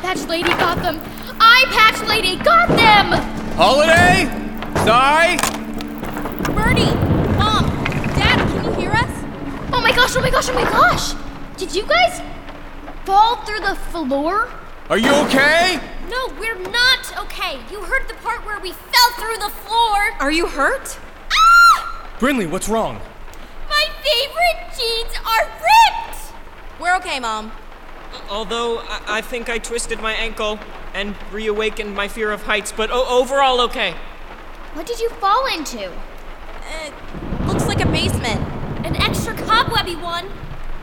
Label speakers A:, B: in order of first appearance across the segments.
A: Patch Lady got them. I, Patch Lady, got them!
B: Holiday? Sorry?
C: Bertie! Mom! Dad, can you hear us?
A: Oh my gosh, oh my gosh, oh my gosh! Did you guys fall through the floor?
B: Are you okay?
C: No, we're not okay. You heard the part where we fell through the floor. Are you hurt? Ah!
B: Brinley, what's wrong?
C: My favorite jeans are ripped! We're okay, Mom.
D: Although I, I think I twisted my ankle and reawakened my fear of heights, but o- overall okay.
A: What did you fall into?
C: Uh, looks like a basement. An extra cobwebby one.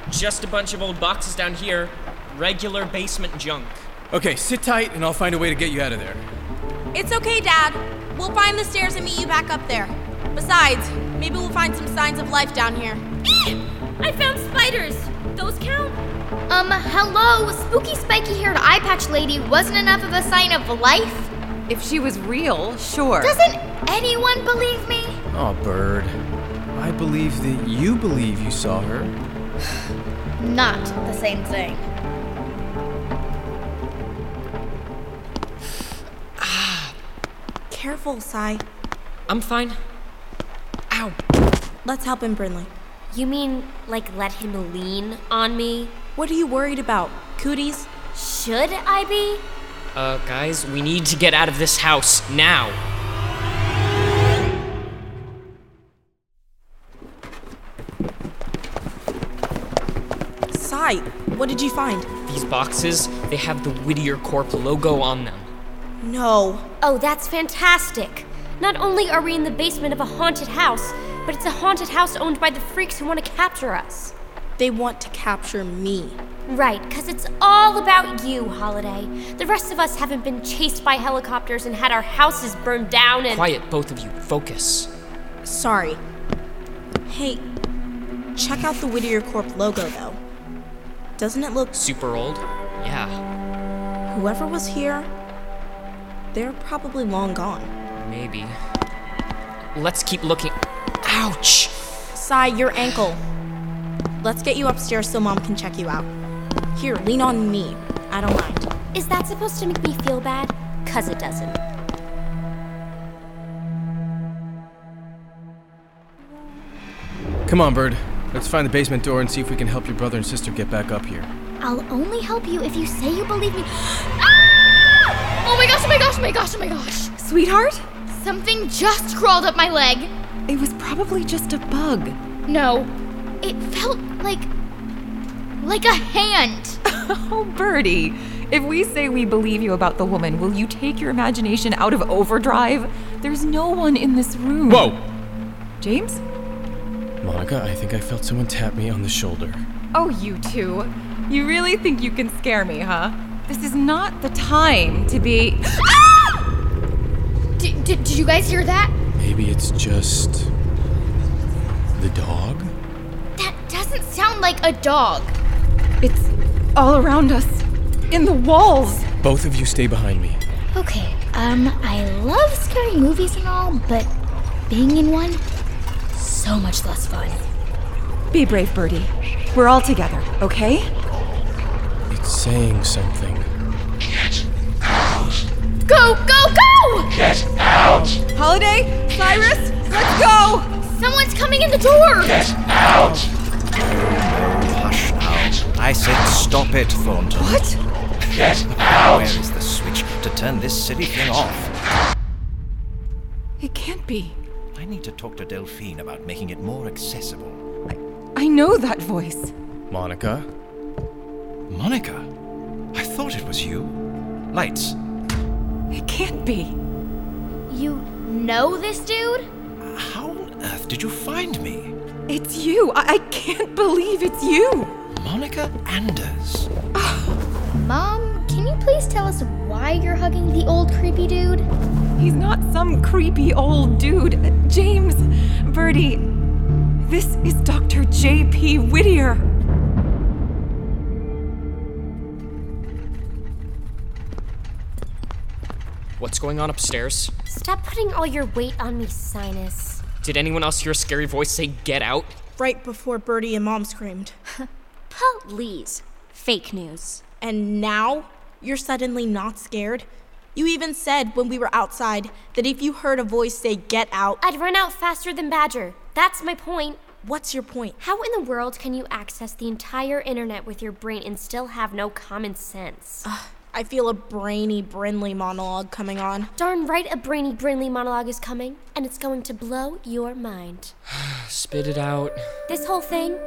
D: Just a bunch of old boxes down here. Regular basement junk.
B: Okay, sit tight and I'll find a way to get you out of there.
C: It's okay, Dad. We'll find the stairs and meet you back up there. Besides, maybe we'll find some signs of life down here. Eh! I found spiders. Those count?
A: Um, hello, spooky spiky haired eye patch lady wasn't enough of a sign of life?
E: If she was real, sure.
A: Doesn't anyone believe me?
B: Oh, Bird. I believe that you believe you saw her.
A: Not the same thing.
C: Careful, Sai.
D: I'm fine. Ow.
C: Let's help him, Brinley.
F: You mean, like, let him lean on me?
C: What are you worried about? Cooties?
F: Should I be?
D: Uh, guys, we need to get out of this house now.
C: Sai, what did you find?
D: These boxes, they have the Whittier Corp logo on them.
C: No.
F: Oh, that's fantastic! Not only are we in the basement of a haunted house, but it's a haunted house owned by the freaks who want to capture us.
C: They want to capture me.
F: Right, because it's all about you, Holiday. The rest of us haven't been chased by helicopters and had our houses burned down and.
D: Quiet, both of you. Focus.
C: Sorry. Hey, check out the Whittier Corp logo, though. Doesn't it look.
D: Super old? Yeah,
C: Whoever was here, they're probably long gone.
D: maybe. Let's keep looking. Ouch!
C: Sai, your ankle. Let's get you upstairs so Mom can check you out. Here, lean on me. I don't mind.
F: Is that supposed to make me feel bad? Because it doesn't.
B: Come on, Bird. Let's find the basement door and see if we can help your brother and sister get back up here.
A: I'll only help you if you say you believe me. ah! Oh my gosh, oh my gosh, oh my gosh, oh my gosh!
E: Sweetheart?
A: Something just crawled up my leg.
E: It was probably just a bug.
A: No, it felt like. like a hand.
E: Oh, Birdie. If we say we believe you about the woman, will you take your imagination out of overdrive? There's no one in this room.
B: Whoa!
E: James?
B: Monica, I think I felt someone tap me on the shoulder.
E: Oh, you two. You really think you can scare me, huh? This is not the time to be.
A: D- d- did you guys hear that?
B: Maybe it's just. the dog?
A: That doesn't sound like a dog.
E: It's all around us, in the walls.
B: Both of you stay behind me.
A: Okay, um, I love scary movies and all, but being in one, so much less fun.
E: Be brave, Birdie. We're all together, okay?
B: It's saying something.
A: Go, go, go!
G: Get out!
E: Holiday, Cyrus, let's go!
A: Someone's coming in the door!
G: Get out!
H: Hush now. I said stop it, Thornton.
E: What?
G: Get
H: Where
G: out!
H: is the switch to turn this silly thing off?
E: It can't be.
H: I need to talk to Delphine about making it more accessible.
E: I know that voice.
B: Monica?
H: Monica, I thought it was you. Lights.
E: It can't be.
A: You know this dude?
H: How on earth did you find me?
E: It's you. I, I can't believe it's you.
H: Monica Anders.
A: Mom, can you please tell us why you're hugging the old creepy dude?
E: He's not some creepy old dude. Uh, James, Birdie, this is Dr. J.P. Whittier.
D: What's going on upstairs?
F: Stop putting all your weight on me, Sinus.
D: Did anyone else hear a scary voice say, get out?
C: Right before Bertie and Mom screamed.
F: Please. Fake news.
C: And now you're suddenly not scared? You even said when we were outside that if you heard a voice say, get out,
F: I'd run out faster than Badger. That's my point.
C: what's your point?
F: How in the world can you access the entire internet with your brain and still have no common sense?
C: I feel a brainy Brinley monologue coming on.
F: Darn right a brainy Brinley monologue is coming, and it's going to blow your mind.
D: Spit it out.
F: This whole thing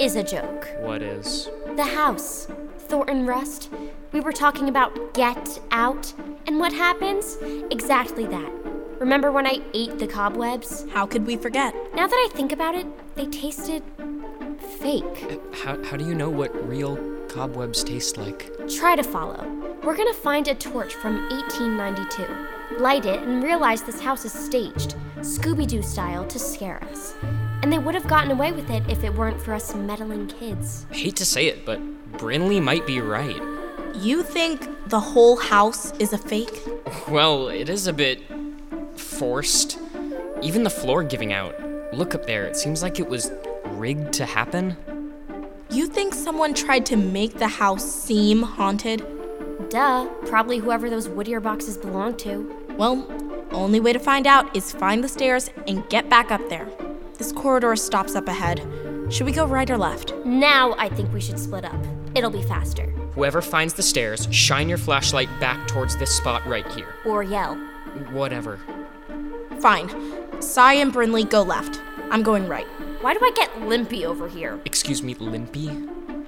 F: is a joke.
D: What is?
F: The house, Thornton Rust. We were talking about get out, and what happens? Exactly that. Remember when I ate the cobwebs?
C: How could we forget?
F: Now that I think about it, they tasted fake.
D: How, how do you know what real cobwebs taste like?
F: Try to follow. We're gonna find a torch from 1892, light it, and realize this house is staged, Scooby Doo style, to scare us. And they would have gotten away with it if it weren't for us meddling kids.
D: Hate to say it, but Brinley might be right.
C: You think the whole house is a fake?
D: Well, it is a bit forced. Even the floor giving out. Look up there, it seems like it was rigged to happen.
C: You think someone tried to make the house seem haunted?
F: Duh, probably whoever those Whittier boxes belong to.
C: Well, only way to find out is find the stairs and get back up there. This corridor stops up ahead. Should we go right or left?
F: Now I think we should split up. It'll be faster.
D: Whoever finds the stairs, shine your flashlight back towards this spot right here.
F: Or yell.
D: Whatever.
C: Fine. Sai and Brinley go left. I'm going right.
F: Why do I get limpy over here?
D: Excuse me, Limpy?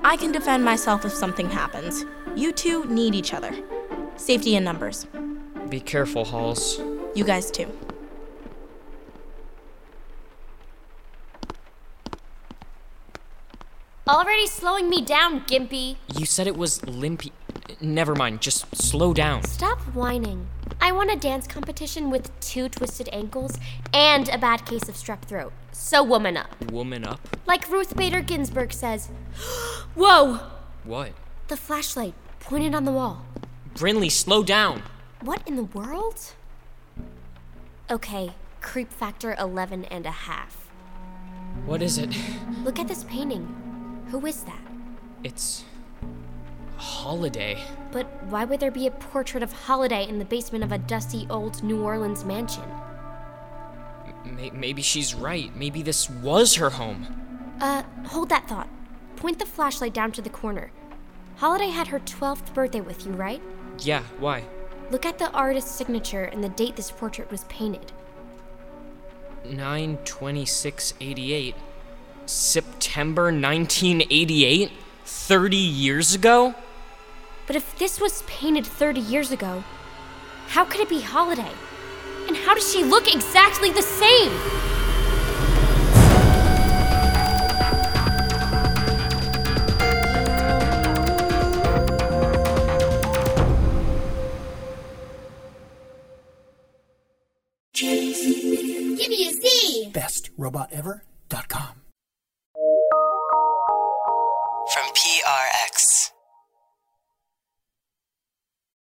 C: I can defend myself if something happens. You two need each other. Safety in numbers.
D: Be careful, Halls.
C: You guys too.
F: Already slowing me down, Gimpy.
D: You said it was Limpy. Never mind, just slow down.
F: Stop whining. I won a dance competition with two twisted ankles and a bad case of strep throat. So woman up.
D: Woman up?
F: Like Ruth Bader Ginsburg says. Whoa!
D: What?
F: The flashlight pointed on the wall.
D: Brinley, slow down!
F: What in the world? Okay, creep factor 11 and a half.
D: What is it?
F: Look at this painting. Who is that?
D: It's. Holiday.
F: But why would there be a portrait of Holiday in the basement of a dusty old New Orleans mansion?
D: May maybe she's right. Maybe this was her home.
F: Uh, hold that thought. Point the flashlight down to the corner. Holiday had her 12th birthday with you, right?
D: Yeah, why?
F: Look at the artist's signature and the date this portrait was painted.
D: 9 88. September 1988? 30 years ago?
F: But if this was painted 30 years ago, how could it be Holiday? And how does she look exactly the same?
I: bestrobot ever.com.